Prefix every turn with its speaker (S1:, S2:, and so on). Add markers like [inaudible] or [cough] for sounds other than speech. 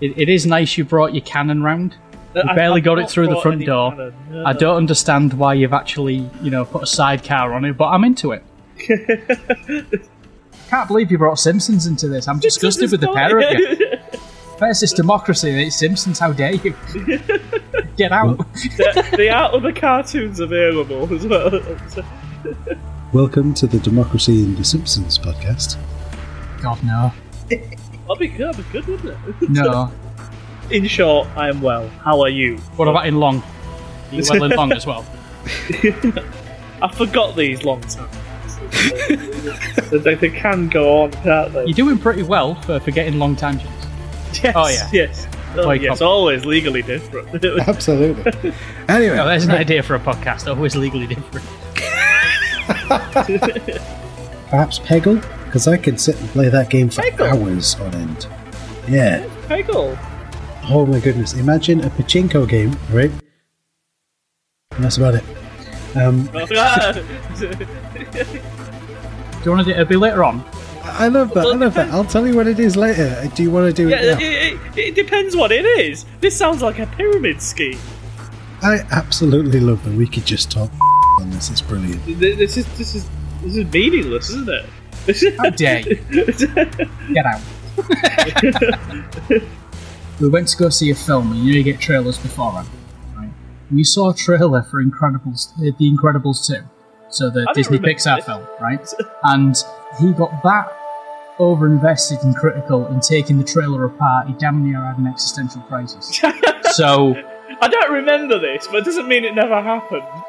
S1: It, it is nice you brought your cannon round. You
S2: I-
S1: barely
S2: I've
S1: got it
S2: not
S1: through the
S2: brought
S1: front
S2: any
S1: door.
S2: cannon. No,
S1: I
S2: no.
S1: don't understand why you've actually, you know, put a sidecar on it, but I'm into [laughs] it. Can't believe you brought Simpsons into this. I'm disgusted with the pair of [laughs] you.
S2: [laughs]
S1: Versus democracy, and it's Simpsons. How dare [laughs] you? Get out.
S2: there are other cartoons available as well. [laughs] So-
S3: Welcome to the Democracy in the Simpsons podcast.
S1: God no,
S2: That'd be good, that'd be good, wouldn't it?
S1: [laughs] no.
S2: [laughs] In short, I am well. How are you? [laughs]
S1: What about in long? You well in long as [laughs] well.
S2: I forgot these long times.
S1: [laughs]
S2: they, they- they can go on, can't they?
S1: You're doing pretty well for, for getting long tangents.
S2: Yes,
S1: Oh, yeah.
S2: yes. Oh,
S1: Wake
S2: yes,
S1: up.
S2: always legally different.
S3: [laughs]
S2: [laughs]
S3: Absolutely. anyway,
S1: Oh, there's an idea for a podcast. Always legally different.
S3: perhaps Peggle? Because I could sit and play that game for
S2: Peggle?
S3: hours on end. Yeah.
S1: [laughs]
S2: [laughs] Peggle.
S3: Oh my goodness. Imagine a pachinko game, right? And that's about it. Um,
S1: Do you want to do it? It'll be later on.
S3: I I love that. I love that. I'll tell you what it is later. Do you want to do
S2: yeah,
S3: it
S2: it,
S3: now?
S2: it, it depends what it is. This sounds like a pyramid scheme.
S3: I absolutely love that. We could just talk [laughs] on this. It's brilliant.
S2: Th- This is this is this is meaningless, isn't it? This is
S1: How dare you?
S2: [laughs]
S1: Get out. we went to go see a film, and you know you get trailers beforehand. Right? We saw a trailer for Incredibles, uh, The Incredibles 2, so the
S2: don't
S1: Disney
S2: remember
S1: Pixar
S2: this.
S1: film, right? And he got that over invested and critical in taking the trailer apart. He damn near had an
S2: [laughs]
S1: existential crisis. so
S2: I don't remember this, but it doesn't mean it never happened.